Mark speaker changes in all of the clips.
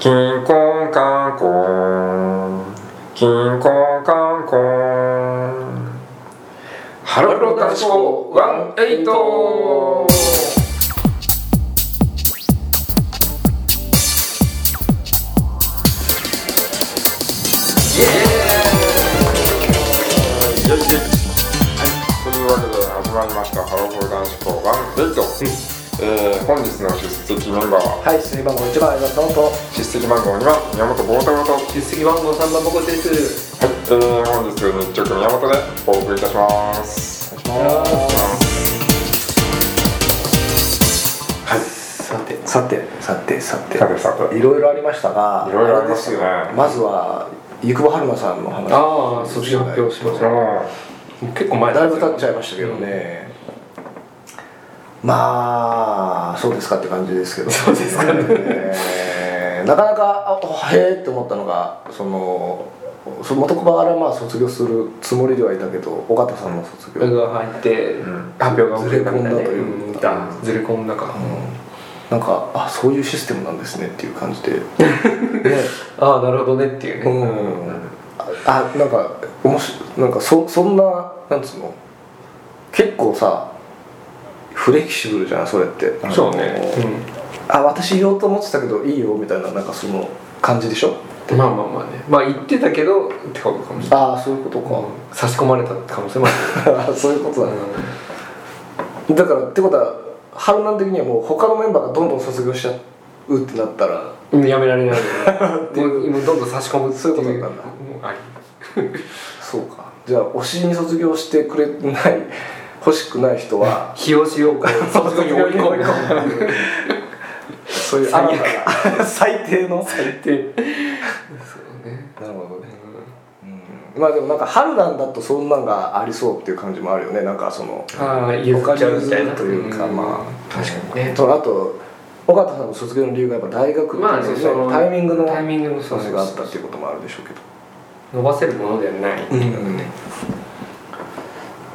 Speaker 1: キンコンカンコンキンコンカンコンハロプロ男子校ワンエイトイエーイよいしょはいというわけで始まりましたハロプロ男子校ワンエイト、えー、本日の出席メンバーは
Speaker 2: はい、出席番号1番、相葉直人。
Speaker 1: 出席番号2番宮本坊太郎と
Speaker 2: 出席番号3番、僕です。
Speaker 1: はい、えー、本日日直宮本でお送りいたします。はい、
Speaker 2: さて、さて、さて、さて。
Speaker 1: さてさて
Speaker 2: いろいろありましたが。
Speaker 1: いろいろありましたね
Speaker 2: あれですよまずは、ゆくぼはるまさんの話。
Speaker 3: ああ、そっち発表しまし
Speaker 1: そ
Speaker 3: た。
Speaker 1: の
Speaker 3: 結構前
Speaker 2: だいぶ経っちゃ
Speaker 3: う。
Speaker 2: いましたけどね。まあ、そうですかって感じですけど。そうですかね。なかなか、あへえって思ったのが、その。その元コバからまあ卒業するつもりではいたけど尾形さんの卒業、
Speaker 3: 俺が入って、
Speaker 1: ん
Speaker 3: 発表が遅れたみたい
Speaker 2: ずれ込んだ
Speaker 3: で
Speaker 2: という
Speaker 3: うん見たずれ込んだか。
Speaker 2: なんかあそういうシステムなんですねっていう感じで、 ね、
Speaker 3: ああ、なるほどねっていうね。
Speaker 2: うんあなんかおもしなんかそそんななんつうの結構さフレキシブルじゃんそれってあの
Speaker 1: そうね
Speaker 2: あ私言おうと思ってたけどいいよみたいななんかその感じでしょ
Speaker 3: うん。まあまあまあね。まあ言ってたけどってことかもしれない。
Speaker 2: ああそういうことか、
Speaker 3: うん差し込まれた可能性もある。
Speaker 2: あ そういうことだね、
Speaker 3: う
Speaker 2: だからってことは春菜的にはもう他のメンバーがどんどん卒業しちゃうってなったら
Speaker 3: んうんやめられ ないよね。もうもうどんどん差し込むって
Speaker 2: そういうこと
Speaker 3: い
Speaker 2: に
Speaker 3: う。
Speaker 2: なるんだ
Speaker 3: もうあり
Speaker 2: そうかじゃあ推しに卒業してくれない欲しくない人は
Speaker 3: 日をしようか。そこに追い込む。
Speaker 2: そういう新たな 最低の
Speaker 3: 最低。 そうね。
Speaker 2: なるほどね、うんまあでもなんか春なんだとそんなんがありそうっていう感じもあるよねなんかその
Speaker 3: ああ、言っちゃうみたいな。
Speaker 2: 他に譲るというか
Speaker 3: ん
Speaker 2: まあ
Speaker 3: 確かにね。
Speaker 2: そのあと尾形さんの卒業の理由がやっぱ大学っていう
Speaker 3: まあ
Speaker 2: ね
Speaker 3: その
Speaker 2: タイミングの
Speaker 3: タイミングのそうそう
Speaker 2: 話があったっていうこともあるでしょうけど
Speaker 3: 伸ばせるものではないっていうかね、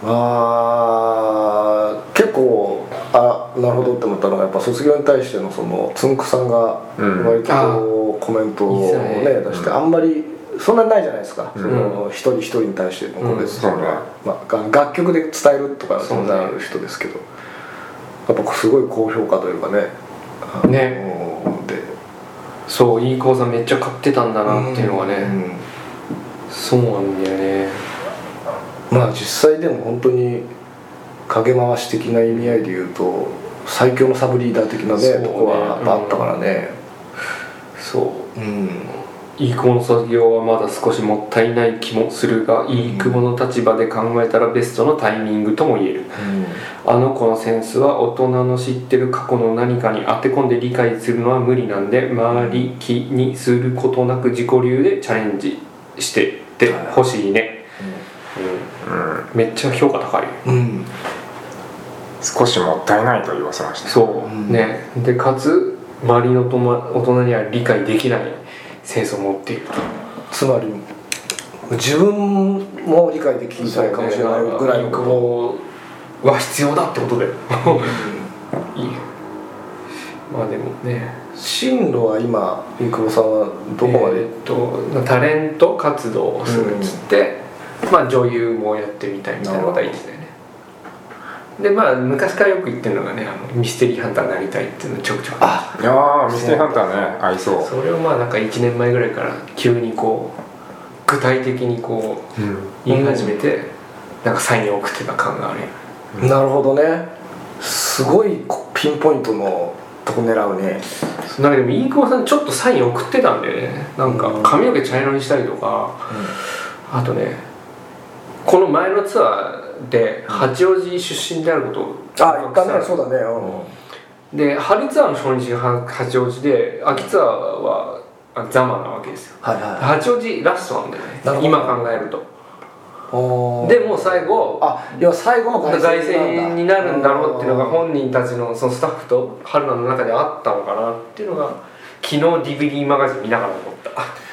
Speaker 2: まあ結構あなるほどって思ったのがやっぱ卒業に対してのそのつんくさんが
Speaker 1: うん
Speaker 2: 割とこうコメントを
Speaker 3: いい
Speaker 2: ね
Speaker 3: ですね
Speaker 2: 出してあんまりそんなにないじゃないですか、
Speaker 1: うん
Speaker 2: その一人一人に対してのこうです、
Speaker 1: そうね。
Speaker 2: まあ、が楽曲で伝えるとかは当然ある人ですけど、やっぱすごい高評価というかねあので
Speaker 3: そういい講座めっちゃ買ってたんだなっていうのがね、
Speaker 2: ん
Speaker 3: そうなんだよね
Speaker 2: まあ実際でも本当に影回し的な意味合いで言うと最強のサブリーダー的な
Speaker 3: そう
Speaker 2: ね
Speaker 3: ね
Speaker 2: とこはやっぱあったからね
Speaker 3: そう
Speaker 2: うん、
Speaker 3: いい子の卒業はまだ少しもったいない気もするがいい子の立場で考えたらベストのタイミングとも言えるあの子のセンスは大人の知ってる過去の何かに当て込んで理解するのは無理なんで周り気にすることなく自己流でチャレンジしてってほしいね、うん、めっちゃ評価高い
Speaker 2: うん、うん
Speaker 1: 少しもったいないと言わせました。
Speaker 3: そう、
Speaker 2: うん
Speaker 3: ねでかつ周りのとも大人には理解できないセンスを持っていると
Speaker 2: つまり自分も理解できないかもしれないぐらいの
Speaker 3: 欲望は必要だってことだよいいよまあでもね
Speaker 2: 進路は今三久保さんはどこまで、
Speaker 3: えーっとタレント活動をするっつって、まあ女優もやってみたいみたいなことは言ってたよねでまあ昔からよく言ってるのがねあのミステリーハンターになりたいっていうのちょくちょく
Speaker 2: あ
Speaker 1: いやー、ミステリーハンターね、合いそう。
Speaker 3: それをまあなんか1年前ぐらいから急にこう具体的にこう
Speaker 1: うん。
Speaker 3: 言い始めて、なんかサインを送ってた感があるよ
Speaker 2: なるほどねすごいこうピンポイントのとこ狙うね
Speaker 3: なんかでも飯窪さんちょっとサイン送ってたんだよねなんか髪の毛茶色にしたりとかあとねこの前のツアーで八王子出身であることを
Speaker 2: あ言ったね
Speaker 3: さ
Speaker 2: そうだねうん
Speaker 3: で春ツアーの初日がは八王子で秋ツアーはあザマなわけですよ
Speaker 2: はいはい
Speaker 3: 八王子ラストなんだよ
Speaker 2: なるほ
Speaker 3: ね
Speaker 2: ど
Speaker 3: 今考えると
Speaker 2: おー
Speaker 3: でもう最後
Speaker 2: あ要は最後の
Speaker 3: 外旋になるんだろうっていうのが本人たちのそのスタッフと春菜の中であったのかなっていうのが昨日 DVD マガジン見ながら思った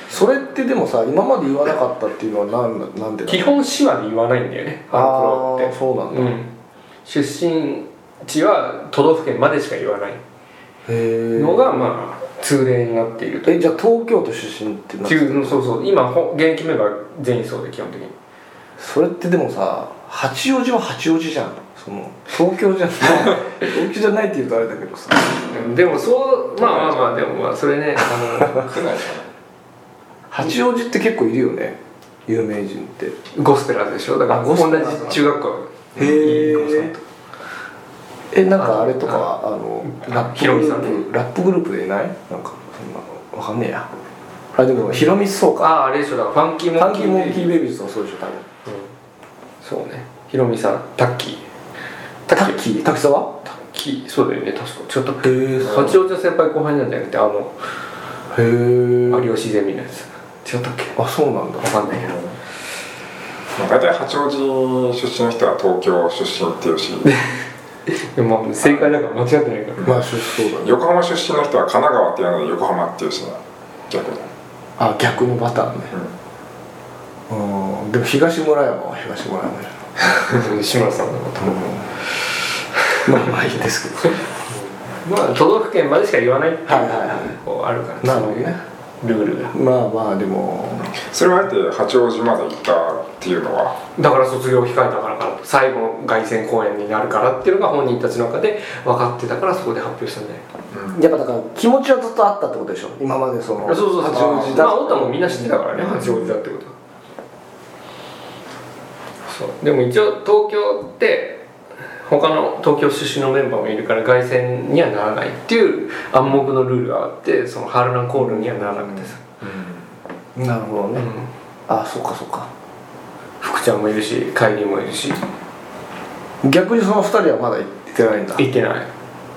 Speaker 2: それってでもさ今まで言わなかったっていうのはなんなんでだ
Speaker 3: 基本手話で言わないんだよね
Speaker 2: あ
Speaker 3: ハロプロ
Speaker 2: あそうなん
Speaker 3: っ
Speaker 2: だ、
Speaker 3: て、う
Speaker 2: へ
Speaker 3: ん、出身地は都道府県までしか言わない
Speaker 2: え
Speaker 3: のがまあ通例になっていると
Speaker 2: えじゃあ東京都出身ってなって
Speaker 3: 中そうそう今ほ現役メンバー全員そうで基本的に
Speaker 2: それってでもさ八王子は八王子じゃんその東京じゃ ない東京じゃないって言うとあれだけどさ
Speaker 3: うんでもそうまあまあまあでもまあそれねあ
Speaker 1: 少ないか
Speaker 2: 八王子って結構いるよね有名人ってへ
Speaker 3: のゴスペラーズでしょだから
Speaker 2: あ
Speaker 3: 同
Speaker 2: ゴス
Speaker 3: じ
Speaker 2: ペラーズ
Speaker 3: 中学校
Speaker 2: ええなんかあれとかあの
Speaker 3: あ
Speaker 2: ラップ
Speaker 3: ひ
Speaker 2: グ
Speaker 3: ろみ
Speaker 2: ル
Speaker 3: さん
Speaker 2: ープラップグループでいないなんかそんなのわかんねえやあでもヒロミそうか
Speaker 3: ああーあれでしょだからファンキー
Speaker 2: フ
Speaker 3: モ
Speaker 2: ァ
Speaker 3: ン
Speaker 2: ン
Speaker 3: キ
Speaker 2: キ
Speaker 3: ー
Speaker 2: ーモンキー
Speaker 3: ベイビー
Speaker 2: ベイビーズもそうでしょ多分
Speaker 3: そうねヒロミさんタッキー
Speaker 2: タッキー滝沢
Speaker 3: タッキーそうだよね確か違ったっけ
Speaker 2: へえ
Speaker 3: 八王子の先輩後輩なんじゃなくてあの
Speaker 2: へえ
Speaker 3: 有吉ゼミのやつ違ったっけ
Speaker 2: あそうなんだ
Speaker 3: わかんないけど
Speaker 1: な、まあ、大体八王子出身の人は東京出身っていうし
Speaker 3: でもまあ正解だから間違ってないから
Speaker 2: まあ出そうだね
Speaker 1: 横浜出身の人は神奈川っていうので横浜っていうしな逆に
Speaker 2: あ逆のパターンねうんでも東村山は東村山じゃ ん
Speaker 3: 志村さんのこと
Speaker 2: まあまあいいん ですけど
Speaker 3: まあ都道府県までしか言わないっていう
Speaker 2: はいはいはい
Speaker 3: こうあるから
Speaker 2: なるほどね
Speaker 3: そういうルールが
Speaker 2: まあまあでも
Speaker 1: それはあえて八王子まで行ったっていうのは
Speaker 3: だから卒業を控えたからかな最後の凱旋公演になるからっていうのが本人たちの中で分かってたからそこで発表したんじゃないか
Speaker 2: やっぱだから気持ちはずっとあったってことでしょ今までその
Speaker 3: そうそうそう
Speaker 2: 八王子だ
Speaker 3: まあ太田もみんな知ってたからね八王子だってことはそうでも一応東京って他の東京出身のメンバーもいるから凱旋にはならないっていう暗黙のルールがあってそのハルナコールにはならなくてさ、
Speaker 2: なるほど
Speaker 3: う
Speaker 2: ね、
Speaker 3: ん
Speaker 2: あそっかそっか
Speaker 3: 福ちゃんもいるし海里もいるし
Speaker 2: 逆にその二人はまだ行ってないんだ
Speaker 3: 行ってな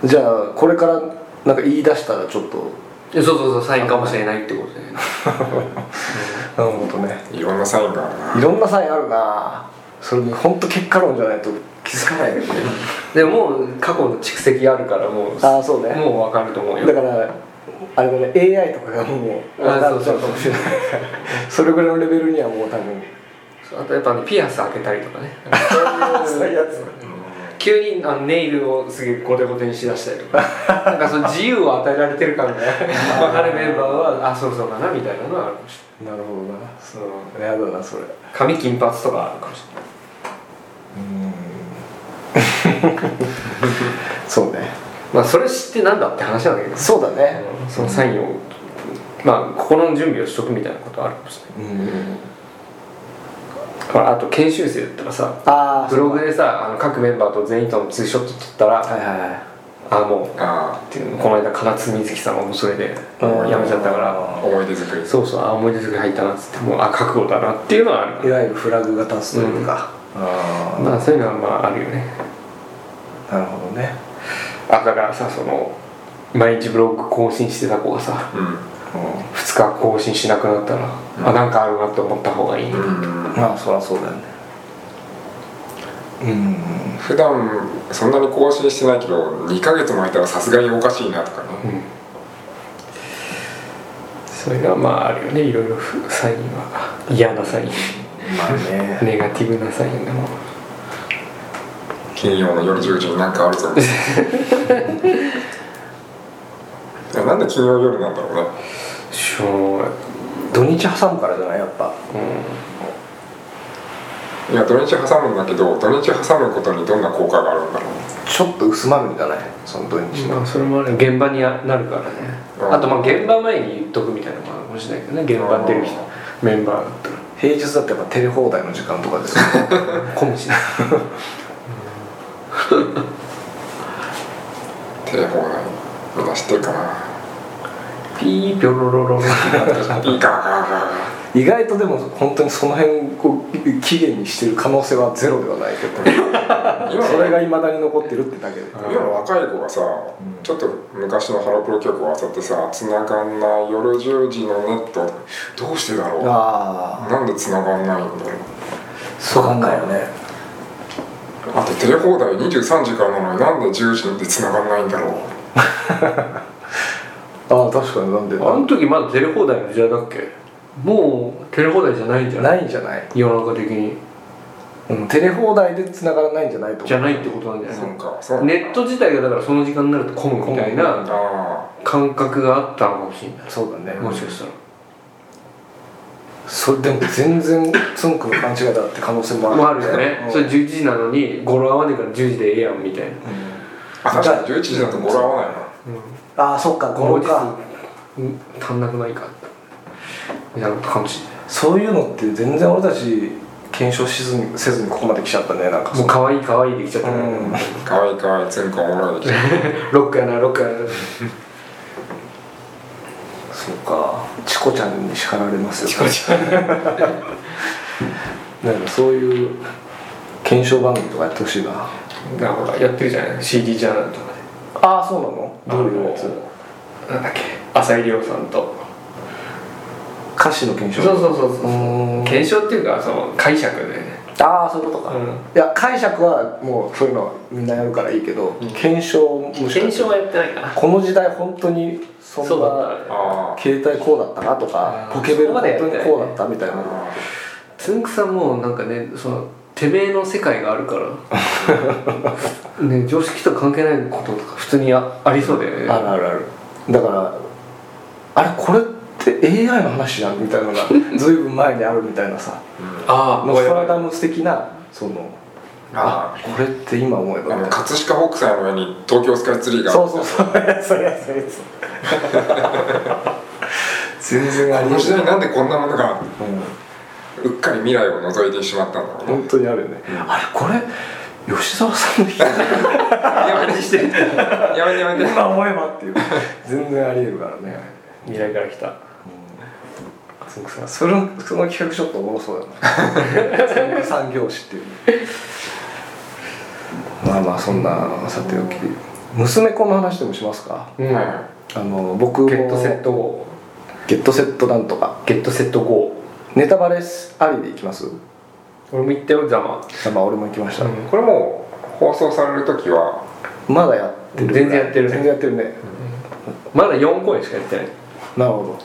Speaker 3: い
Speaker 2: じゃあこれからなんか言い出したらちょっと
Speaker 3: そうそうそうサインかもしれないってことで、
Speaker 2: なるほどね
Speaker 1: いろんなサインがあるない
Speaker 2: ろんなサインあるなそれも本当結果論じゃないと気づかないよね
Speaker 3: でももう過去の蓄積あるからもう
Speaker 2: ああそうね
Speaker 3: もう分かると思う
Speaker 2: だ
Speaker 3: よ
Speaker 2: からあれだね AI とかがもう
Speaker 3: あ
Speaker 2: なっちゃうかもしれないそれぐらいのレベルにはもう多分
Speaker 3: あとやっぱねピアス開けたりと かね
Speaker 2: そういうやつ
Speaker 3: 急にあのネイルをすげえゴテゴテにしだしたりとかなんかその自由を与えられてる感が 分かるメンバーはあそうそうかなみたいなのはあるかもし
Speaker 2: なるほどな
Speaker 3: れないその
Speaker 2: やだなそれ
Speaker 3: 髪金髪とかあるかもし
Speaker 2: そうね
Speaker 3: れないまあそれ知ってなんだって話なんだけど
Speaker 2: そうだね
Speaker 3: うんそのサインをまあ心の準備をしとくみたいなことはあるかもしれない
Speaker 2: うん
Speaker 3: だからあと研修生だったらさ
Speaker 2: ああ
Speaker 3: ブログでさあの各メンバーと全員とのツーショット撮ったら、
Speaker 2: はいはいはい
Speaker 3: あもうっ
Speaker 1: あ
Speaker 3: ていうのこの間唐津瑞希さんもそれで辞
Speaker 2: うん
Speaker 3: めちゃったから
Speaker 1: あ思い出作り
Speaker 3: そうそうあ思い出作り入ったなっつってもうあ覚悟だなっていうのはあ
Speaker 2: い
Speaker 3: る
Speaker 2: わゆるフラグが立つというか、あ
Speaker 3: まあそういうのはまああるよね
Speaker 2: あなるほどね
Speaker 3: あだからさその毎日ブログ更新してた子がさ
Speaker 1: うん
Speaker 3: 2日更新しなくなったら、あなんかあるなって思った方がいい、
Speaker 1: うん
Speaker 2: まあそりゃそうだよねうん
Speaker 1: 普段そんなに更新してないけど2ヶ月も空いたらさすがにおかしいなとかね
Speaker 3: そういうのはまああるよねいろいろサインは嫌な サイン
Speaker 2: まあね
Speaker 3: ネガティブなサインがもう
Speaker 1: 金曜の夜10時になんかあるぞいやなんで金曜夜なんだろうね
Speaker 3: しょうがない
Speaker 2: 土日挟むからじゃないやっぱ
Speaker 1: いや土日挟むんだけど土日挟むことにどんな効果があるんだろう
Speaker 2: ちょっと薄まるんじゃないその土日
Speaker 3: まあそれもある現場になるからね、
Speaker 1: うん
Speaker 3: あとまあ現場前に言っとくみたいなのもあるかもしれないけどね現場出る人メンバーだったら
Speaker 2: 平日だってやっぱテレ放題の時間とかですよ
Speaker 3: かもしれない
Speaker 1: テレフォン内みんな知ってるかな
Speaker 3: ピーピョロロロロ
Speaker 1: いいかガーガー
Speaker 2: 意外とでも本当にその辺を期限にしてる可能性はゼロではないけど
Speaker 1: ガー 今
Speaker 2: それ
Speaker 1: の
Speaker 2: が未だに残ってるってだけで
Speaker 1: 今の若い子がさ、ちょっと昔のハロプロ曲をあさってさ繋がんない夜10時のネットどうしてだろう
Speaker 2: あ
Speaker 1: なんで繋がんないんだろう
Speaker 2: あそうかんないよね
Speaker 1: あとテレ放題23時からなのになんで10時で繋がんないんだろう
Speaker 2: ああ確かになんで
Speaker 3: あの時まだテレ放題の時代だっけもうテレ放題じゃないんじゃない
Speaker 2: ないんじゃない
Speaker 3: 世の中的に
Speaker 2: ううん、テレ放題で繋がらないんじゃないと
Speaker 3: じ
Speaker 2: 思
Speaker 3: ゃ
Speaker 2: う
Speaker 3: ないってことなんじゃ
Speaker 1: そ
Speaker 3: な
Speaker 1: う
Speaker 3: い
Speaker 1: かそう
Speaker 3: ネット自体がだからその時間になると混むみたいな
Speaker 1: あ
Speaker 3: 感覚があったのかもしれな
Speaker 2: そうだね
Speaker 3: いもしかしたら
Speaker 2: それでも全然つんくの勘違いだって可能性もある
Speaker 3: もあるよね
Speaker 2: うん
Speaker 3: それ11時なのに語呂合わねえから10時でええやんみたいな
Speaker 1: あ確かに11時だと語呂合わないな
Speaker 2: ああそっか
Speaker 3: 語
Speaker 2: 語
Speaker 3: 呂
Speaker 2: 呂か
Speaker 3: か足んなくないかみたいなことかもしれない
Speaker 2: そういうのって全然俺たち検証しずにせずにここまで来ちゃったねなんか
Speaker 3: もう可愛い可愛いできちゃったね
Speaker 2: うん
Speaker 1: かわいいかわいいつんくんおもろい できた
Speaker 3: ロックやなロックやな
Speaker 2: そうかチコちゃんに叱られますよチコちゃん なんかそういう検証番組とかやってほしいな
Speaker 3: なほらやってるじゃない CD ジャーナルとかで
Speaker 2: ああそうなのどういうやつ
Speaker 3: なんだっけ浅井亮さんと
Speaker 2: 歌詞の検
Speaker 3: そ
Speaker 2: 証
Speaker 3: うそうそうそう
Speaker 2: うーん
Speaker 3: 検証っていうかその解釈でね
Speaker 2: ああそういうことか、
Speaker 3: うん
Speaker 2: いや解釈はもうそういうのはみんなやるからいいけど、検証むしろ
Speaker 3: 検証はやってないかな
Speaker 2: この時代本当にそん
Speaker 3: そう
Speaker 2: な
Speaker 3: だった
Speaker 1: あ
Speaker 2: 携帯こうだったなとか
Speaker 3: あー
Speaker 2: ポケベル
Speaker 3: そこ
Speaker 2: 本
Speaker 3: までやって
Speaker 2: 当
Speaker 3: ない
Speaker 2: にこうだったみたいな
Speaker 1: あ
Speaker 3: つんくさんもなんかねそのてめえの世界があるからね常識と関係ないこととか普通にあありそうだよね
Speaker 2: あるあるあるだからあれこれって AI の話じゃんみたいなのがずいぶん前にあるみたいなさ
Speaker 3: あ
Speaker 2: ノストラダムス的なその
Speaker 1: あ
Speaker 2: あこれって今思え
Speaker 1: あ
Speaker 2: ばみ
Speaker 1: の
Speaker 2: たいな
Speaker 1: 葛飾北斎の上に東京スカイツリーがあ
Speaker 2: そ
Speaker 1: る
Speaker 2: うそうそうそれそれそれ全然あ
Speaker 1: こ
Speaker 2: り
Speaker 1: の
Speaker 2: ま
Speaker 1: 時
Speaker 2: せん、う
Speaker 1: 代
Speaker 2: ん、
Speaker 1: なんでこんなものがうっかり未来を覗いてしまったんだろうね
Speaker 2: 本当にあるよね、あれこれ吉沢さんの日
Speaker 1: やめてしてやめてやめて
Speaker 2: 今思えばっていう全然ありえるからね
Speaker 3: 未来から来たつんくさん
Speaker 2: それその企画ちょっとおもろそうだな三拍子っていうまあまあそんなさておき娘子の話でもしますか
Speaker 3: うん
Speaker 1: はい
Speaker 2: あの僕も
Speaker 3: ゲットセット号
Speaker 2: ゲットセットなんとか
Speaker 3: ゲットセット号
Speaker 2: ネタバレありでいきます
Speaker 3: 俺も言ったよざま
Speaker 2: まあ俺も行きました、
Speaker 1: これもう放送される時は
Speaker 2: まだやってる
Speaker 3: 全然やってるね
Speaker 2: 全然やってるね、
Speaker 3: まだ4公演しかやってない
Speaker 2: なるほ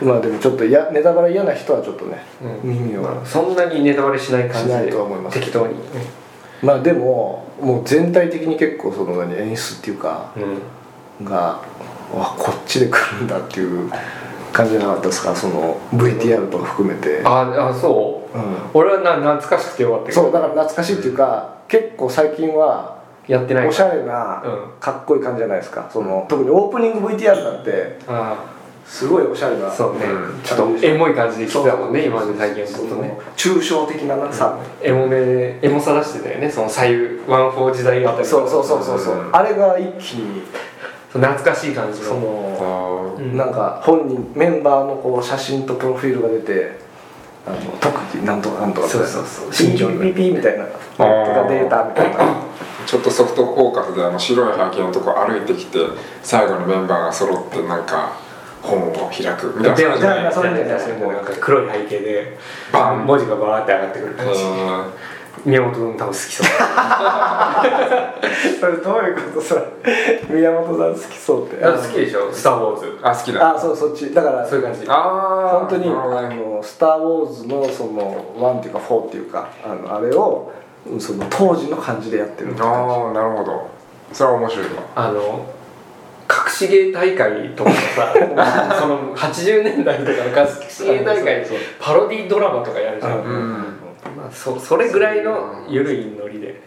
Speaker 2: どまあでもちょっとやネタバレ嫌な人はちょっとね、
Speaker 3: う
Speaker 2: 耳を
Speaker 3: そんなにネタバレしない感じで
Speaker 2: しないとは思います
Speaker 3: 適当に
Speaker 2: まあでももう全体的に結構その何演出っていうか
Speaker 3: うん
Speaker 2: がわこっちで来るんだっていう感じじゃなかったですかその VTR とか含めて、
Speaker 3: ああそう
Speaker 2: う
Speaker 3: 俺はな懐かしくてよかった
Speaker 2: ん、
Speaker 3: けど
Speaker 2: そうだから懐かしいっていうか、結構最近は
Speaker 3: やってない
Speaker 2: おしゃれな、
Speaker 3: うん
Speaker 2: かっこいい感じじゃないですかその特にオープニング VTR なんて
Speaker 3: あ
Speaker 2: すごいおしゃれな
Speaker 3: あそうね、
Speaker 1: うん
Speaker 3: ちょっとエモい感じで来てたもんね今まで最近のことね
Speaker 2: その抽象的ななさ、
Speaker 3: エモめエモさ出してたよねその左右ワンフォー時代あたり
Speaker 2: そうそうそうそうそう、
Speaker 1: うん
Speaker 2: あれが一気に
Speaker 3: そう懐かしい感じ
Speaker 2: そ
Speaker 3: の
Speaker 2: の、
Speaker 1: あ
Speaker 3: うん
Speaker 2: なんか本人メンバーのこう写真とプロフィールが出てあの特技なんとかなんとか
Speaker 3: そうそうそう
Speaker 2: 身長ピピピみたいながデータみたいな
Speaker 1: ちょっとソフトフォーカスであの白い背景のとこ歩いてきて最後のメンバーが揃ってなんか本を開くみたいな感じじゃない
Speaker 2: でそれね
Speaker 3: 確かにもうなんか黒い背景で
Speaker 1: バン
Speaker 3: 文字がバーって上がってくる感じ
Speaker 1: うん
Speaker 3: 宮本君多分好きそう
Speaker 2: それどういうことさ宮本さん好きそうって
Speaker 3: だから好きでしょ「スター・ウォーズ
Speaker 1: あ好き」だ
Speaker 2: あそうそっちだから
Speaker 3: そういう感じ
Speaker 1: あ
Speaker 2: 本当に「あのスター・ウォーズ」のその1っていうか4っていうかあのあれをうんその当時の感じでやってるって感
Speaker 1: ああなるほどそれは面白いわ
Speaker 3: あの隠し芸大会とかさ その80年代とかの隠し芸大会
Speaker 2: そうそうそう
Speaker 3: パロディドラマとかやるじゃん、
Speaker 2: うん
Speaker 1: ん
Speaker 3: まあ、そそれぐらいの緩いノリで、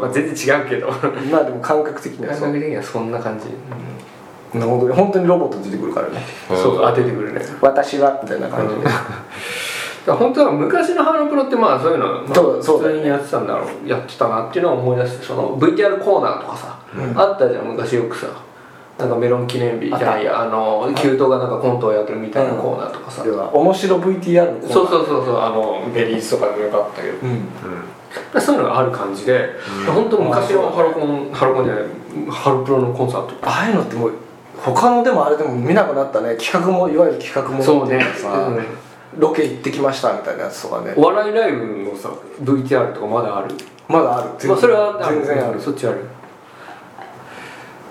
Speaker 3: まあ、全然違うけど感
Speaker 2: じまあでも感覚的にはそう
Speaker 3: 覚的にはそんな感じ、
Speaker 2: なるほど本当にロボット出てくるからね
Speaker 3: そう当ててくるね
Speaker 2: 「私は」みたいな感じで
Speaker 3: 本当は昔のハロプロってまあそういうの、まあ
Speaker 2: そうそう
Speaker 3: 普通にやってたんだろうやってたなっていうのを思い出してその VTR コーナーとかさ、あったじゃん昔よくさなんかメロン記念日じゃないやあの給湯がなんかコントをやってるみたいなコーナーとかさ、
Speaker 2: では面白 VTR のコーナー
Speaker 3: そうそうそうそうあのベリーズとかでもよかったけど、
Speaker 2: うん
Speaker 3: そういうのがある感じで、本当昔のハロコンハロコンじゃないハロプロのコンサート
Speaker 2: ああいうのってもう他のでもあれでも見なくなったね企画もいわゆる企画も
Speaker 3: そうね
Speaker 2: さ、ロケ行ってきましたみたいなやつとかね
Speaker 3: お笑いライブのさ VTR とかまだある
Speaker 2: まだある全然,、
Speaker 3: まあそれは
Speaker 2: 全然ある
Speaker 3: そっちある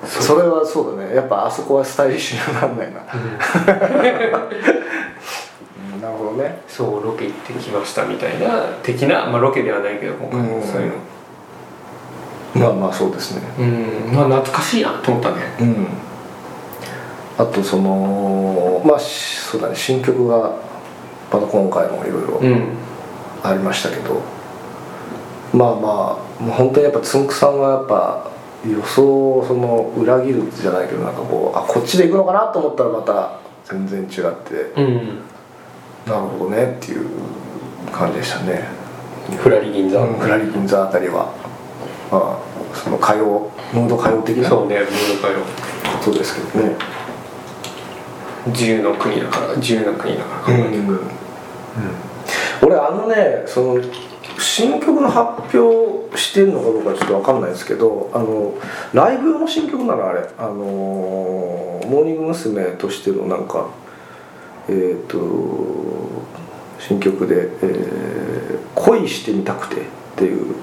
Speaker 2: それ はそうだねやっぱあそこはスタイリッシュにはなんないな、うんなるほどね
Speaker 3: そうロケ行ってきましたみたいな的な、まあ、ロケではないけど今回
Speaker 2: うん
Speaker 3: そういうの
Speaker 2: まあまあそうですね
Speaker 3: うんまあ懐かしいなと思ったね
Speaker 2: うんあとそのまあしそうだね新曲がまた今回もいろいろ
Speaker 3: うん
Speaker 2: ありましたけど、まあまあもう本当にやっぱつんくさんはやっぱ予想をその裏切るじゃないけどなんかこうあこっちで行くのかなと思ったらまた全然違って
Speaker 3: うん
Speaker 2: なるほどねっていう感じでしたね、
Speaker 3: ふらり銀座、
Speaker 2: うん、フラリ銀座あたりは、まあ、その歌謡ムード歌謡的なこ
Speaker 3: そうねムード歌謡
Speaker 2: とですけどね
Speaker 3: 10の国だから10の国だから、
Speaker 2: うん俺あのねその新曲の発表してるのかどうかちょっと分かんないですけどあのライブ用の新曲なのあれあのモーニング娘。としてのなんかえっ、と新曲で、えー恋してみたくて」っていう、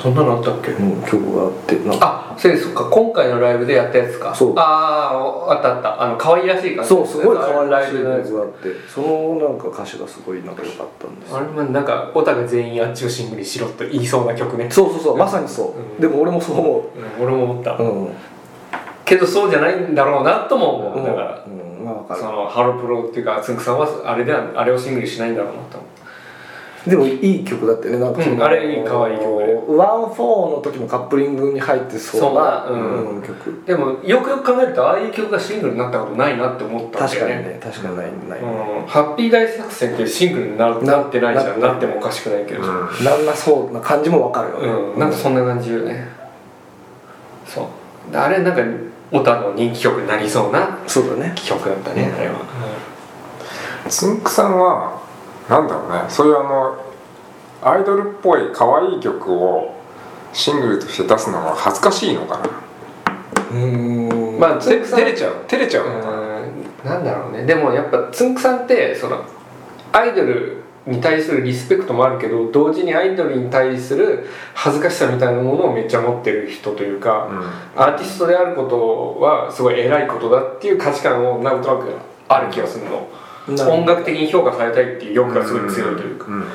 Speaker 3: そんなのあったっけ
Speaker 2: うん曲があってなんか
Speaker 3: あそうですそっか今回のライブでやったやつか
Speaker 2: そう
Speaker 3: あああったあったあの可愛らしい感じ
Speaker 2: そうすごい可愛らしい
Speaker 3: ライブ
Speaker 2: や
Speaker 3: のや
Speaker 2: つ
Speaker 3: つ
Speaker 2: があってそのなんか歌詞がすごいなんか良かったんですよ
Speaker 3: あれもなんかオタが全員あっちをシングルにしろと言いそうな曲ね
Speaker 2: そうそうそうまさにそう、
Speaker 3: うん
Speaker 2: でも俺もそう思う
Speaker 3: うん俺も思った、
Speaker 2: うん、うん
Speaker 3: けどそうじゃないんだろうなとも思うだから、
Speaker 2: うん、まあわかる
Speaker 3: そのハロプロっていうかつんくさんはあれではあれをシングルにしないんだろうなと思った
Speaker 2: でもいい曲だったよねなんかその、
Speaker 3: うんあれいい可愛い曲で
Speaker 2: ワンフォーの時もカップリングに入ってそうな
Speaker 3: そうなうん
Speaker 2: ん曲
Speaker 3: でもよくよく考えるとああいう曲がシングルになったことないなって思ったんだ
Speaker 2: 確か
Speaker 3: よね
Speaker 2: にね確かにないない、
Speaker 3: うんハッピー大作戦っていうシングルになる
Speaker 2: な
Speaker 3: なってないじゃん
Speaker 2: な
Speaker 3: なってもおかしくないけど、うん
Speaker 2: なんなそうな感じもわかるよね、
Speaker 3: なんかそんな感じよねそうであれなんかオタの人気曲になりそうな
Speaker 2: そうだね
Speaker 3: 曲だったね、あれは、
Speaker 1: つんくさんはなんだろうねそういうあのアイドルっぽい可愛い曲をシングルとして出すのが恥ずかしいのかな
Speaker 2: うん
Speaker 3: まあつ
Speaker 1: て
Speaker 3: んくさん
Speaker 1: 照れちゃう照れちゃうのかな
Speaker 3: うんなんだろうねでもやっぱつんくさんってそのアイドルに対するリスペクトもあるけど同時にアイドルに対する恥ずかしさみたいなものをめっちゃ持ってる人というか、アーティストであることはすごい偉いことだっていう価値観をなんとなくある気がするの
Speaker 2: なる
Speaker 3: 音楽的に評価されたいっていう欲がすごい強いというか
Speaker 1: うんうん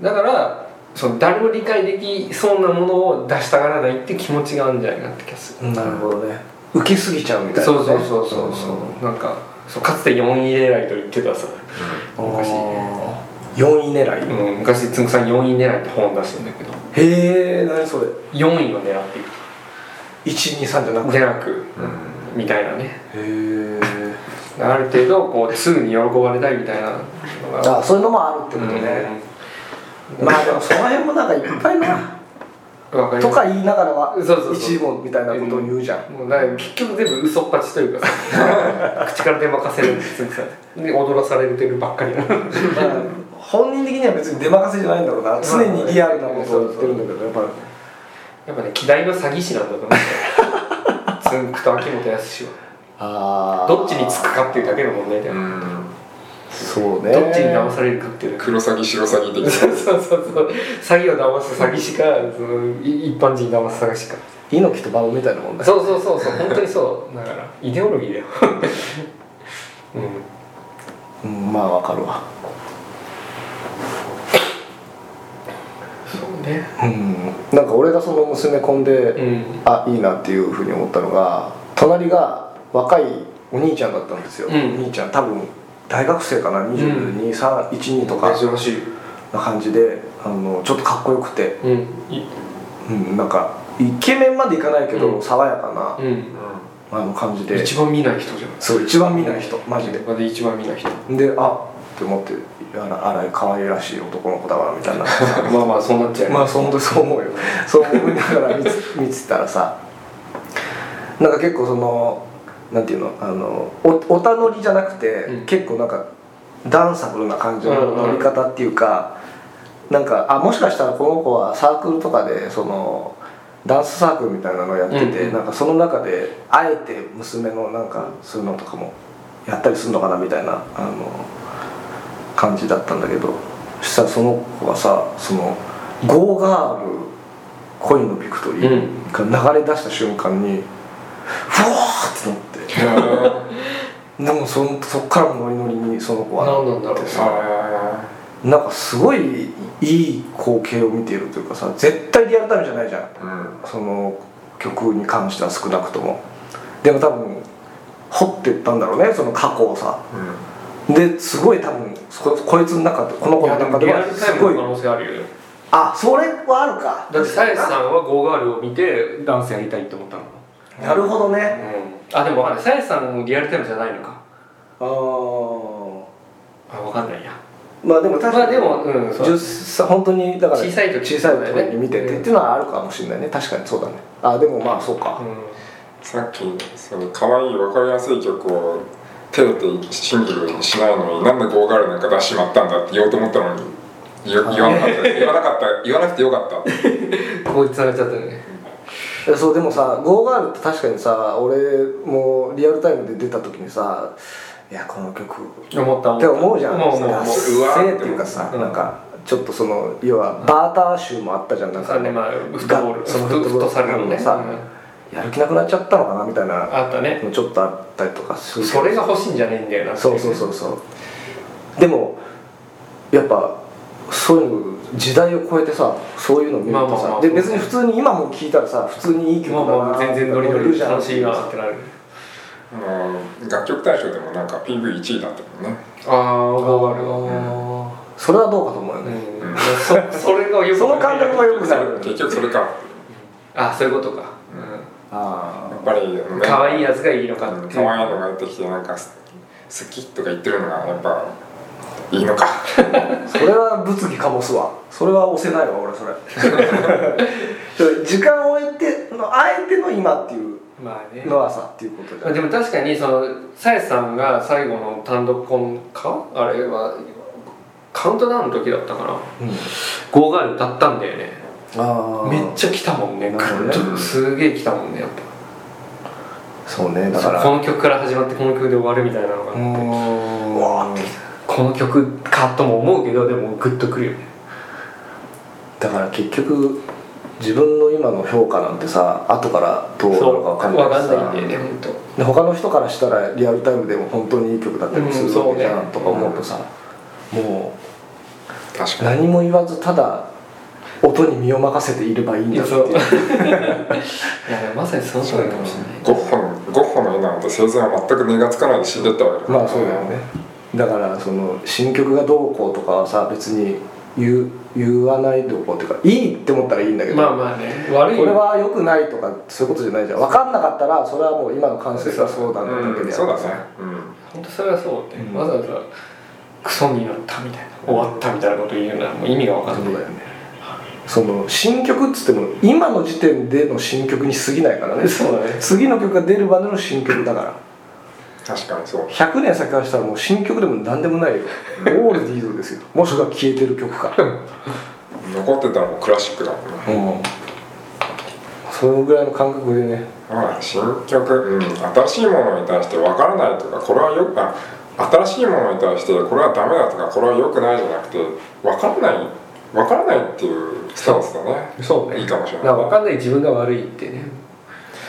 Speaker 3: だからその誰も理解できそうなものを出したがらないっていう気持ちがあるんじゃないかなって気がする
Speaker 2: なるほどね受けすぎちゃうみたいな、
Speaker 3: そ
Speaker 2: ね、
Speaker 3: うそうそうそうそう、なんかそうかつて4位狙いと言ってたさ、昔
Speaker 2: あー4位狙い、
Speaker 3: うん、昔つんくさん4位狙いって本を出してんだけど
Speaker 2: へえ何それ
Speaker 3: 4位を狙っていく
Speaker 2: 123じゃなく
Speaker 3: じ
Speaker 2: て
Speaker 3: ゃなく、みたいなね
Speaker 2: へえ
Speaker 3: ある程度こう2に喜ばれたいみたいなのが
Speaker 2: あそういうのもあるって
Speaker 3: う
Speaker 2: こと
Speaker 3: ん
Speaker 2: ね、まあでもその辺もなんかいっぱいな
Speaker 3: わかり
Speaker 2: と
Speaker 3: ます
Speaker 2: か言いながらは
Speaker 3: そうそうそう
Speaker 2: 一問みたいなことを言うじゃん、
Speaker 3: もうだから結局全部嘘っぱちというか さ口から出まかせるんですつんくさんで踊らされてるばっかりな
Speaker 2: だから 本人的には別に出任せじゃないんだろうな常にリアルなことを言ってるんだけどやっぱ
Speaker 3: やっぱね、希代の詐欺師なんだと思って つんくと秋元康は
Speaker 2: あ
Speaker 3: どっちにつくかっていうだけの問題だよ、
Speaker 1: うん
Speaker 2: そうね
Speaker 3: どっちに騙されるかっていうだけ
Speaker 1: 黒詐欺白詐欺的
Speaker 3: そうそうそうそう詐欺を騙す詐欺師かそのい一般人騙す詐欺師か
Speaker 2: 猪木と馬場みたいなもんだよ
Speaker 3: そうそうそうそう本当にそうだからイデオロギーだようん
Speaker 2: うんまあわかるわ
Speaker 3: そうね
Speaker 2: うんなんか俺がその娘婚で、
Speaker 3: うん
Speaker 2: あいいなっていうふうに思ったのが隣が若いお兄ちゃんだったんですよ、
Speaker 3: うん
Speaker 2: お兄ちゃん多分大学生かな2212とか
Speaker 3: 珍しい
Speaker 2: な感じであのちょっとかっこよくて
Speaker 3: うんい
Speaker 2: うん、なんかイケメンまでいかないけど、
Speaker 3: うん
Speaker 2: 爽やか
Speaker 3: うん
Speaker 2: なあの感じで
Speaker 3: 一番見ない人じゃん
Speaker 2: そう一番見ない人マジで
Speaker 3: まで一番見ない人
Speaker 2: であって思ってあらあら可愛らしい男の子だわみたいな
Speaker 3: まあまあそうなっちゃうよ
Speaker 2: まあそんでそう思うよそう思いながら見つ 見てたらさなんか結構そのなんていうのあのおおたのりじゃなくて、
Speaker 3: うん
Speaker 2: 結構なんかダンサブルな感じの乗り方っていうか、なんかあもしかしたらこの子はサークルとかでそのダンスサークルみたいなのをやってて、
Speaker 3: うんうん
Speaker 2: なんかその中であえて娘のなんかそういうのとかもやったりするのかなみたいなあの感じだったんだけどそしたらその子がさその「ゴーガール恋のビクトリー」が流れ出した瞬間に、ふわーってなって。でもそのそっからもノリノリにその子は
Speaker 3: 何なんだろう
Speaker 2: ってさ
Speaker 1: あ
Speaker 2: なんかすごいいい光景を見ているというかさ絶対リアルタイムじゃないじゃん
Speaker 1: ーうん
Speaker 2: その曲に関しては少なくともでも多分掘っていったんだろうねその過去をさ
Speaker 1: うん
Speaker 2: ですごい多分ここいつの中でこの
Speaker 3: い
Speaker 2: 子の
Speaker 3: やでも
Speaker 2: 中で
Speaker 3: リア
Speaker 2: は
Speaker 3: ルタイ
Speaker 2: す
Speaker 3: ム
Speaker 2: ご
Speaker 3: の
Speaker 2: い
Speaker 3: 可能性あるよ
Speaker 2: あそれはあるか
Speaker 3: だってさえさんはゴーガールを見てダンスやりたいって思ったの
Speaker 2: なるほどね
Speaker 3: あでもあれさえさんもリアルタイムじゃないのか
Speaker 2: あー
Speaker 3: あ分かんないや
Speaker 2: まあでも確
Speaker 3: ま
Speaker 2: か
Speaker 3: あ
Speaker 2: に
Speaker 3: でもうんそう
Speaker 2: 10歳本当にだから
Speaker 3: 小さい時
Speaker 2: 小さい時に見てて、
Speaker 3: うん
Speaker 2: っていうのはあるかもしれないね確かにそうだねあでもまあそうか、
Speaker 3: う
Speaker 1: さっきその可愛い分かりやすい曲を照れてシングルにしないのになんでゴーガールなんか出しちまったんだって言おうと思ったのに言言わなかった言わなかった言わなくてよかった
Speaker 3: んこう繋がっちゃったね
Speaker 2: えそうでもさ「ゴーガール」って確かにさ俺もリアルタイムで出た時にさいやこの曲っ
Speaker 3: 思った思
Speaker 2: て思うじゃん
Speaker 3: もうもうもう
Speaker 2: ダッセ
Speaker 1: うわ
Speaker 2: ーっていうかさ、
Speaker 3: うん
Speaker 2: なんかちょっとその要はバーター集もあったじゃんなんか
Speaker 3: さねまあフットボール
Speaker 2: その
Speaker 3: フット
Speaker 2: フットボール
Speaker 3: フットサルのね
Speaker 2: さ
Speaker 3: うん
Speaker 2: やる気なくなっちゃったのかなみたいな
Speaker 3: あったね
Speaker 2: のちょっとあったりとかするけど
Speaker 3: それが欲しいんじゃねえんだよなってい
Speaker 2: そうそうそうそうでもやっぱそういうの時代を超えてさそういうの見るとさ、
Speaker 3: まあまあまあ
Speaker 2: で別に普通に今も聴いたらさ普通にいい曲
Speaker 3: ま
Speaker 2: だ
Speaker 3: あ
Speaker 2: な
Speaker 3: まあ全然ノリノリで楽しいなってなる
Speaker 1: あの楽曲大賞でもなんか PV1 位だったもんね
Speaker 3: ああ
Speaker 2: あ
Speaker 3: ゴーガールは
Speaker 2: ーそれはどうかと思うよ
Speaker 3: う
Speaker 2: ね、
Speaker 3: んそ それがよく
Speaker 2: その感覚がよく
Speaker 1: そ
Speaker 2: なる
Speaker 1: れ結局それか
Speaker 3: あそういうことか
Speaker 1: や
Speaker 2: あ
Speaker 1: っぱりあのね
Speaker 3: 可愛いやつがいいの
Speaker 1: 可
Speaker 3: かっていう
Speaker 1: 愛いのがやってきてなんかす好きとか言ってるのがやっぱいいのか
Speaker 2: あそれは物議かもすわそれは押せないわ俺 それでも時間を置いてのあえての今っていう
Speaker 3: まあね
Speaker 2: のはさっていうことじゃん
Speaker 3: でも確かにそのさえさんが最後の単独コンかあれはカウントダウンの時だったかな
Speaker 2: うん
Speaker 3: ゴーガール歌ったんだよね
Speaker 2: あ
Speaker 3: めっちゃ来たもんね
Speaker 2: なるほどね
Speaker 3: ちょっとすげえ来たもんねやっ
Speaker 2: ゃそうね
Speaker 3: ぱ
Speaker 2: だから
Speaker 3: この曲から始まってこの曲で終わるみたいなのがあって
Speaker 2: んわーってきた
Speaker 3: この曲かとも思うけどでもグッとくるよね
Speaker 2: だから結局自分の今の評価なんてさ後からどうなのか
Speaker 3: わ
Speaker 2: 分かんないしさ
Speaker 3: かんないんだよね本当。
Speaker 2: で他の人からしたらリアルタイムでも本当にいい曲だったりす
Speaker 3: うん
Speaker 2: る
Speaker 3: そう
Speaker 2: わ
Speaker 3: ね
Speaker 2: けじゃんとか思うとさ、も
Speaker 1: 確
Speaker 2: う
Speaker 1: かに
Speaker 2: 何も言わずただ音に身を任せていればいいんだっていう
Speaker 3: いやいやでもまさにその通りかもしれない
Speaker 1: ゴッホのゴッホの絵なんて生前は全く値がつかないで死んでったわけ
Speaker 2: まあそうだよねだからその新曲がどうこうとかはさ別に言う言わないでおこうっていうかいいって思ったらいいんだけど、
Speaker 3: まあまあね悪い
Speaker 2: これは良くないとかそういうことじゃないじゃん分かんなかったらそれはもう今の感性はそうだねだけ
Speaker 1: う
Speaker 2: で
Speaker 1: ん
Speaker 2: あ
Speaker 1: そうだ
Speaker 2: ってさ
Speaker 1: ねうん
Speaker 3: 本当それはそうね、
Speaker 2: うん
Speaker 3: わざわざクソになったみたいな終わったみたいなこと言うのはもう意味が分かんない
Speaker 2: そうだよねその新曲っつっても今の時点での新曲に過ぎな いからね
Speaker 3: そうだね
Speaker 2: 次の曲が出るまでの新曲だから
Speaker 1: 確かにそう
Speaker 2: 100年先からしたらもう新曲でも何でもないよオールディーズですよもしくは消えてる曲か
Speaker 1: 残ってたらもうクラシックだもんね
Speaker 2: うんそのぐらいの感覚でね
Speaker 1: まあ新曲、うん、新しいものに対してわからないとかこれはよくあ新しいものに対してこれはダメだとかこれは良くないじゃなくてわからないわからないっていうスタンスだね
Speaker 3: そう
Speaker 1: いいかもしれない
Speaker 3: んか分かんない自分が悪いってね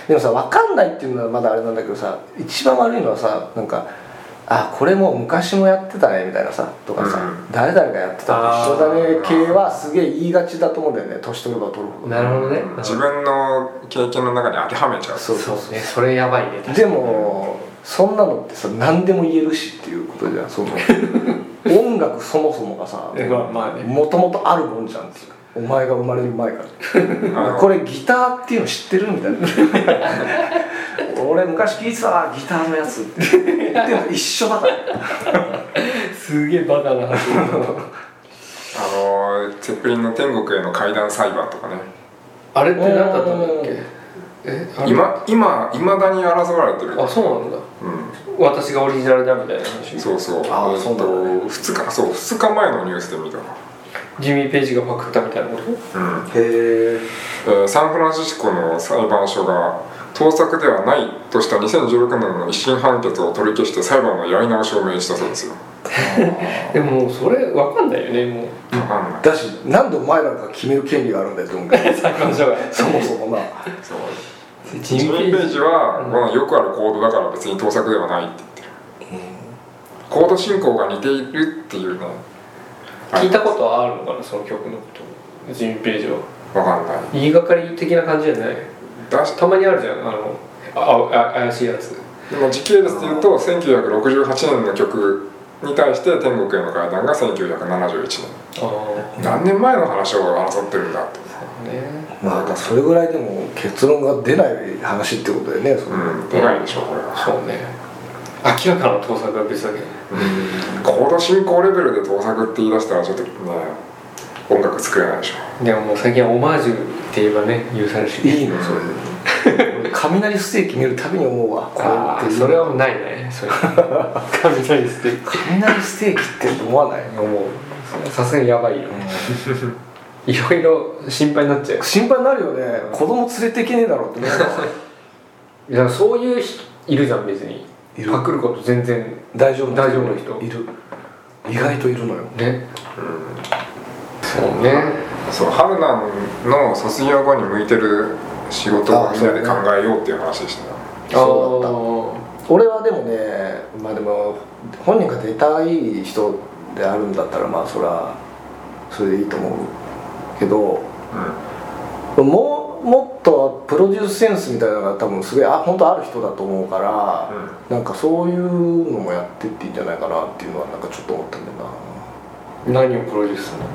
Speaker 2: でもさ分かんないっていうのはまだあれなんだけどさ一番悪いのはさなんかあこれもう昔もやってたねみたいなさとかさ、
Speaker 1: うん
Speaker 2: 誰々がやってたのと一緒だね系はすげえ言いがちだと思うんだよね年取れば取るほど
Speaker 3: なるほどね、
Speaker 1: うん自分の経験の中に当てはめちゃう
Speaker 2: そう
Speaker 3: そ
Speaker 2: そううそう
Speaker 3: ねそれやばい ね確か
Speaker 2: でもそんなのってさ何でも言えるしっていうことじゃん その音楽そもそもがさ
Speaker 3: にまあまあね
Speaker 2: もともとあるもんじゃんっていうお前が生まれる前から
Speaker 1: あの
Speaker 2: これギターっていうの知ってるみた いな俺昔聞いてたわギターのやつってでも一緒だから
Speaker 3: すげえバカな話
Speaker 1: あのツェッペリンの天国への階段裁判とかね
Speaker 3: あれって何だったんだっけえあれ
Speaker 1: 今今いまだに争われてる
Speaker 3: あそうなんだ
Speaker 1: う
Speaker 3: 私がオリジナルだみたいな話
Speaker 1: んそうそう
Speaker 2: あー
Speaker 1: えっ
Speaker 2: そうな
Speaker 1: と
Speaker 2: ん
Speaker 1: 二日そう二日前のニュースで見たわ
Speaker 3: ジミー・ペイジがパクったみたいなこと
Speaker 1: うん
Speaker 2: へえ
Speaker 1: えーサンフランシスコの裁判所が盗作ではないとした2016年の一審判決を取り消して裁判のやり直しを命じたそうですよ
Speaker 3: でももうそれ分かんないよねもう
Speaker 1: 分かんない
Speaker 2: だし何でお前なんか決める権利があるんだよと思う けど
Speaker 3: 裁判所が
Speaker 2: そもそもな
Speaker 1: そう
Speaker 3: ジ
Speaker 1: ジミー・ページは、
Speaker 3: うん
Speaker 1: まあ、よくある行動だから別に盗作ではないって言ってるコード進行が似ているっていうの
Speaker 3: 聞いたことあるのかなその曲のことジミーページは
Speaker 1: わかんない
Speaker 3: 言いがかり的な感じじゃない
Speaker 1: だした
Speaker 3: まにあるじゃんあのああ怪しいやつ
Speaker 1: でも時系列で言うと1968年の曲に対して天国への階段が1971年
Speaker 3: ああ
Speaker 1: 何年前の話を争ってるんだって
Speaker 3: ね
Speaker 2: まあだそれぐらいでも結論が出ない話ってことだよねその
Speaker 1: うん出ないでしょこれは
Speaker 3: そうね明らかな盗作は別だけど
Speaker 1: コード進行レベルで盗作って言い出したらちょっとね音楽作れないでしょ
Speaker 3: でももう最近はオマージュって言えばね許されるし
Speaker 2: いいのそれで俺雷ステーキ見るたびに思うわこれ
Speaker 3: ああ
Speaker 2: って
Speaker 3: それはもうないねそれ 雷ステー
Speaker 2: 雷ステーキって思わない
Speaker 3: キもうさすがにやばいよいろいろ心配になっちゃうよ
Speaker 2: 心配になるよね子供連れていけねえだろうってね
Speaker 3: いやそういう人いるじゃん別に
Speaker 2: いる
Speaker 3: パクること全然
Speaker 2: 大丈夫な
Speaker 3: 大丈夫な人
Speaker 2: いる意外といるのよ
Speaker 3: ねそうね
Speaker 1: そう春菜の卒業後に向いてる仕事をみんなで考えようっていう話でしたよ
Speaker 2: そうだっ
Speaker 3: あ
Speaker 2: た
Speaker 3: あ
Speaker 2: 俺はでもねまあでも本人が出たい人であるんだったらまあそれはそれでいいと思うけどもうもっとプロデュースセンスみたいなのが多分すごいあ本当ある人だと思うから、なんかそういうのもやってっていいんじゃないかなっていうのはなんかちょっと思ったんだよな
Speaker 3: 何をプロデュースするの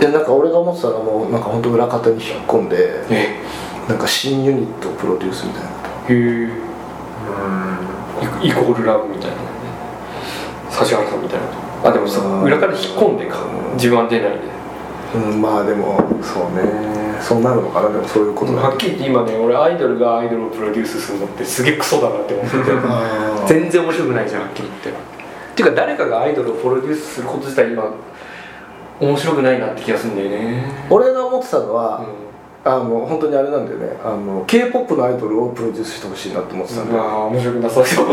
Speaker 2: でなんか俺が思ってたのもなんか本当裏方に引っ込んで
Speaker 3: え
Speaker 2: なんか新ユニットをプロデュースみたいな
Speaker 3: へえ
Speaker 1: う
Speaker 3: イイコールラブみたいなね指原さんみたいなことあでもそ
Speaker 2: うん
Speaker 3: う裏から引っ込んでか自分は出ないで
Speaker 2: うんまあでもそうねそうなるのかなでもそういうこと
Speaker 3: はっきり言って今ね俺アイドルがアイドルをプロデュースするのってすげえクソだなって思ってて
Speaker 2: あ
Speaker 3: 全然面白くないじゃんはっきり言ってっていうか誰かがアイドルをプロデュースすること自体今面白くないなって気がするんだよね
Speaker 2: 俺が思ってたの
Speaker 3: うん
Speaker 2: は、あの本当にあれなんだよねあの k p o p のアイドルをプロデュースしてほしいなって思ってたんだ
Speaker 3: う
Speaker 2: よ、
Speaker 3: わあ面白くなさそう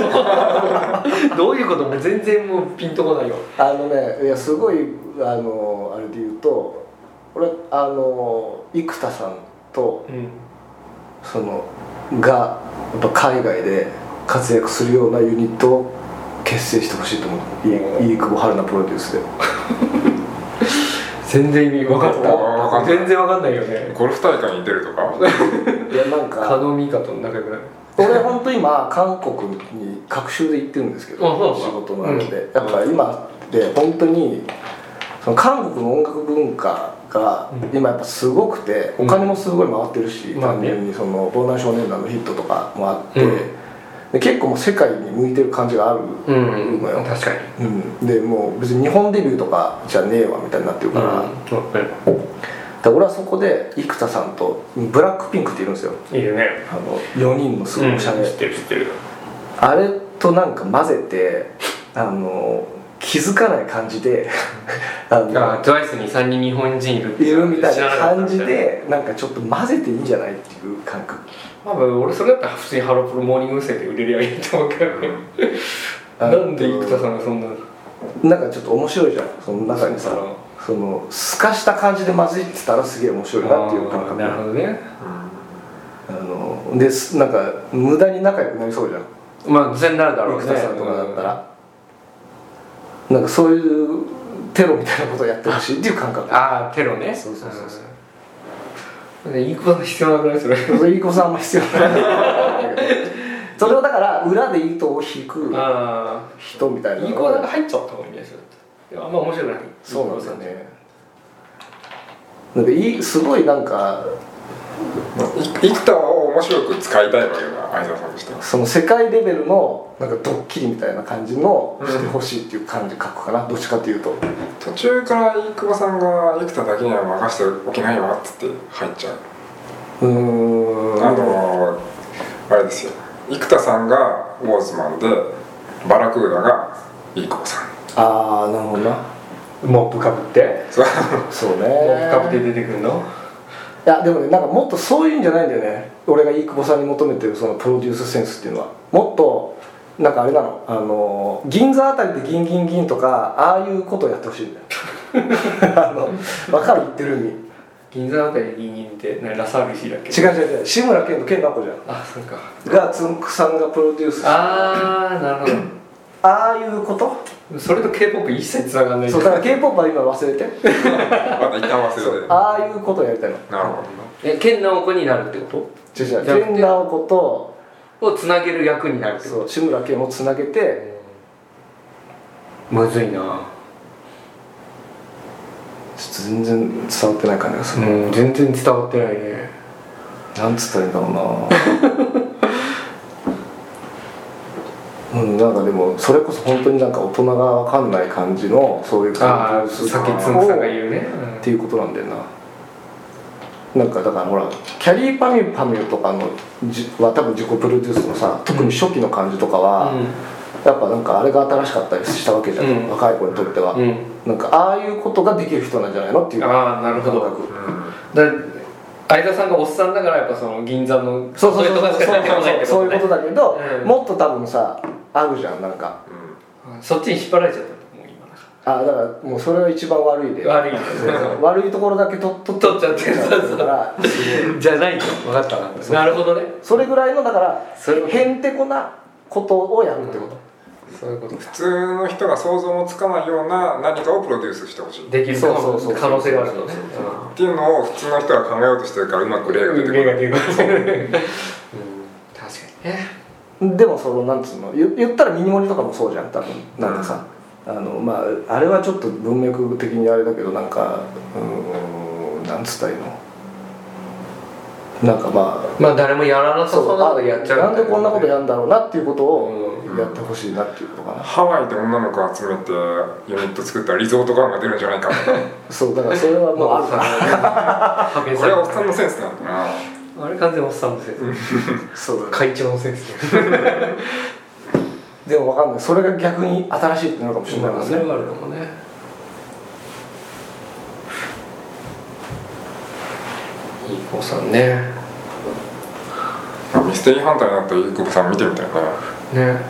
Speaker 3: どういうことも全然もうピンとこないよ
Speaker 2: あのねいやすごいあのあれで言うと俺あの生田さんと
Speaker 3: うん
Speaker 2: そのがやっぱ海外で活躍するようなユニットを結成してほしいと思ういいい久保春菜プロデュースで
Speaker 3: 全然意味分かった
Speaker 1: わかんない
Speaker 3: 全然分かんないよ
Speaker 1: ん
Speaker 3: ね
Speaker 1: ゴルフ大会に出るとか
Speaker 2: いやなん
Speaker 3: 加
Speaker 2: か
Speaker 3: 納美香と仲良くなる
Speaker 2: 俺本当今韓国に隔週で行ってるんですけ
Speaker 3: あそうな
Speaker 2: ど
Speaker 3: んだ
Speaker 2: 仕事なので、やっぱ今で本当にその韓国の音楽文化が今やっぱすごくて、
Speaker 3: うん
Speaker 2: お金もすごい回ってるし、
Speaker 3: まあ
Speaker 2: 単
Speaker 3: ね
Speaker 2: 純にその防弾少年団のヒットとかもあって、
Speaker 3: うん
Speaker 2: で結構もう世界に向いてる感じがある、
Speaker 3: うん
Speaker 2: まあ
Speaker 3: 確かに
Speaker 2: うんでもう別に日本デビューとかじゃねえわみたいになってる
Speaker 3: う
Speaker 2: か
Speaker 3: ん
Speaker 2: ら,、だか
Speaker 3: わかる
Speaker 2: ら俺はそこで生田さんとブラックピンクっているんですよ
Speaker 3: いいよね
Speaker 2: あの4人のすごいおしゃれ、
Speaker 3: 知ってる知ってる
Speaker 2: あれとなんか混ぜてあの気づかない感じで あの
Speaker 3: あ TWICE に3人日本人いるって
Speaker 2: いるみたい
Speaker 3: 知ら
Speaker 2: な
Speaker 3: かった
Speaker 2: 感じでなんかちょっと混ぜていいんじゃないっていう感覚
Speaker 3: 多分俺それだったら普通にハロプロモーニング娘。で売れりゃいいと思うけどね
Speaker 2: あ
Speaker 3: なんで生田さんがそんな
Speaker 2: なんかちょっと面白いじゃんその中に
Speaker 3: そ
Speaker 2: さ
Speaker 3: の
Speaker 2: その透かした感じで混じってたらすげえ面白いなっていう感
Speaker 3: あー
Speaker 2: 覚
Speaker 3: なるほどね
Speaker 2: あのですなんか無駄に仲良くなりそうじゃん
Speaker 3: まあ全然なるだろうね
Speaker 2: 生田さんとかだったら、なんかそういうテロみたいなことをやってほしいっていう感覚
Speaker 3: ああテロね
Speaker 2: そうそうそうそう
Speaker 3: うんで飯窪さん必要なくないそれ
Speaker 2: いい子さんあんま必要ないそれをだから裏で糸を引く
Speaker 3: ああ
Speaker 2: 人みたいな
Speaker 3: 飯
Speaker 2: の
Speaker 3: 窪さん
Speaker 2: が
Speaker 3: が入っちゃった方がいいんじゃないですかいやあんま面白くない
Speaker 2: そうなんですよねなんかいいすごいなんか
Speaker 1: い生田を面白く使いたいわけが相沢さんとしては
Speaker 2: その世界レベルのなんかドッキリみたいな感じのしてほしいっていう感じ書くかなどっちかっていうと
Speaker 1: 途中から飯窪さんが生田だけには任せておけないわっつって入っちゃう
Speaker 2: うーん
Speaker 1: あのあれですよ生田さんがウォーズマンでバラクーダが飯窪さん
Speaker 2: ああなるほどな
Speaker 3: モップかぶって
Speaker 1: そう
Speaker 2: そうね
Speaker 3: モップかぶって出てくるの
Speaker 2: いやでもねなんかもっとそういうんじゃないんだよね俺が飯久保さんに求めてるそのプロデュースセンスっていうのはもっとなんかあれなのあの銀座あたりでギンギンギンとかああいうことをやってほしいんだよ あの分かる言ってる意味
Speaker 3: 銀座あたりギンギンって何ラサール石井だっけ
Speaker 2: 違う違う違う志村けんと健太子じゃ
Speaker 3: あそうか
Speaker 2: んがつんくさんがプロデュースしてあ
Speaker 3: ああなるほど
Speaker 2: ああいうこと
Speaker 4: それと K-POP 一切繋がんない
Speaker 2: そうだから k p o p は今忘れて
Speaker 1: また一旦忘れて
Speaker 2: ああいうことをやりたいの
Speaker 1: なるほどね
Speaker 3: え健直子になるってこ
Speaker 2: 違う違う
Speaker 3: じゃなくて
Speaker 2: 純直子と
Speaker 3: とをつなげる役になるってこ
Speaker 2: そう志村けんをつなげて
Speaker 3: とむずいな
Speaker 2: ちょっと全然伝わってない感じがする、
Speaker 3: うん全然伝わってないね
Speaker 2: なん つったらいいんだろうなうんなんかでもそれこそ本当になんか大人がわかんない感じのそういう
Speaker 3: あ
Speaker 2: 感
Speaker 3: あ
Speaker 2: じ
Speaker 3: さっきつんくさんが言うね、
Speaker 2: っていうことなんだよななんかだからほらキャリーパミュパミュとかのじは多分自己プロデュースのさ特に初期の感じとかは、やっぱなんかあれが新しかったりしたわけじゃん、
Speaker 3: うん
Speaker 2: 若い子にとっては、
Speaker 3: うん、
Speaker 2: なんかああいうことができる人なんじゃないのっていう
Speaker 3: ああなるほど
Speaker 2: 感覚
Speaker 3: だ相田さんがおっさんだからやっぱその銀座の
Speaker 2: そうそうそ
Speaker 3: れ
Speaker 2: うそう
Speaker 3: とかしか出てこないって
Speaker 2: そう
Speaker 3: こ
Speaker 2: い
Speaker 3: と
Speaker 2: うこ
Speaker 3: ね
Speaker 2: とだけど、
Speaker 3: うん
Speaker 2: もっと多分さあるじゃんなんか
Speaker 3: そっちに引っ張られちゃったもう今
Speaker 2: あだからもうそれは一番悪いで
Speaker 3: 悪い
Speaker 2: そうそう悪いところだけと取
Speaker 3: 取っちゃってる
Speaker 2: だから
Speaker 3: じゃないと分かったななるほどね
Speaker 2: それぐらいのだから
Speaker 3: そういうこと
Speaker 2: へんてこなことをやるってこと、
Speaker 3: そういうこと
Speaker 1: 普通の人が想像もつかないような何かをプロデュースしてほしいっ
Speaker 3: できるかも
Speaker 2: そうそうそう
Speaker 3: 可能性があるのね
Speaker 1: ていうのを普通の人が考えようとしてるからうまく例が出てこない
Speaker 3: 出てこないうん確かにね
Speaker 2: でもそのなんつうの言言ったらミニモニとかもそうじゃん多分なんかさ、あのまああれはちょっと文脈的にあれだけどなんかうーんなんつったらいいのなんかまあ
Speaker 3: まあ誰もやらなさそうなことやっちゃう
Speaker 2: なんでこんなこと
Speaker 3: や
Speaker 2: やんだろうなっていうことをやってほしいなっていうことかな、
Speaker 1: ハワイで女の子集めてユニット作ったらリゾート感が出るんじゃないかみたいな
Speaker 2: そうだからそれは もうあるか ら
Speaker 1: これはおっさんのセンスなんだな
Speaker 3: あれ完全におっさんのせい
Speaker 2: そうだ
Speaker 3: 会長のせいですね
Speaker 2: でもわかんないそれが逆に新しいってなるかもしれないもん
Speaker 3: それ
Speaker 2: ね
Speaker 3: はあるかもねいい子さんね
Speaker 1: ミステリーハンターになったゆうこぶさん見てみたいな
Speaker 3: ね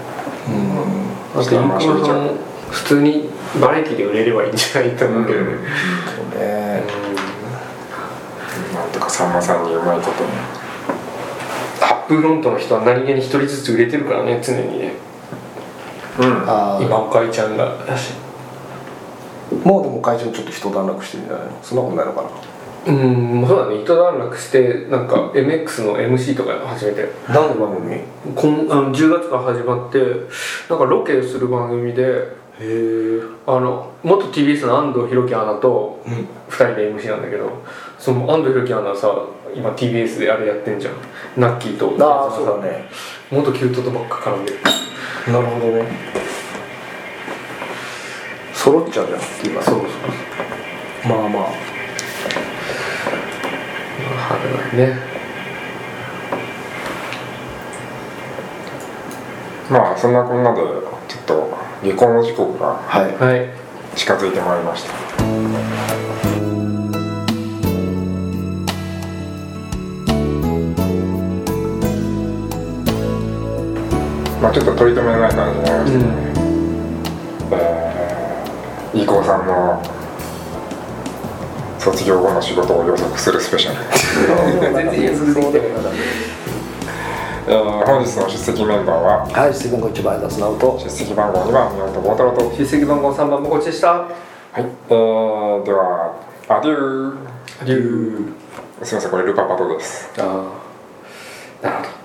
Speaker 2: うん
Speaker 3: あとインコさんも普通にバラエティで売れればいいんじゃないと思うけどね、
Speaker 2: そうね
Speaker 1: なんとかさんまさんにうまいこと
Speaker 3: アップフロントの人は何気に一人ずつ売れてるからね常にね
Speaker 1: うん
Speaker 2: ああ
Speaker 3: 今おかいちゃんが
Speaker 2: もうでも会長ちょっと人段落してるんじゃないのそんなことないのか
Speaker 3: うんそうだね一段落してなんか MX の MC とか始めて
Speaker 2: な何の番組へ
Speaker 3: こんあの10月から始まってなんかロケする番組で
Speaker 2: え
Speaker 3: あの元 TBS の安藤弘樹アナと2人で MC なんだけどその安藤弘樹アナさ今 TBS であれやってんじゃんナッキーと
Speaker 2: ああそうだね
Speaker 3: 元キュートとばっか絡んでる
Speaker 2: なるほどね揃っちゃうじゃん今
Speaker 3: そうそう
Speaker 2: まあまあ
Speaker 3: はいね
Speaker 1: まあそんなこんなでちょっと離婚の時刻が
Speaker 2: はい
Speaker 3: はい
Speaker 1: 近づいてまいりましたまあちょっと取り留めのない感じになりましたね、えー、伊藤さんの卒業後の仕事を予測するスペシャル、
Speaker 3: 全然譲ってきても
Speaker 1: えー本日の出席メンバーは
Speaker 2: はい質問が一番出すなおと
Speaker 1: 出席番号2番宮本幸太郎と
Speaker 3: 出席番号3番もこっちでした
Speaker 1: はい、えー、ではアデュー
Speaker 3: リュウ
Speaker 1: すみませんこれルパパトです
Speaker 3: ああなるほど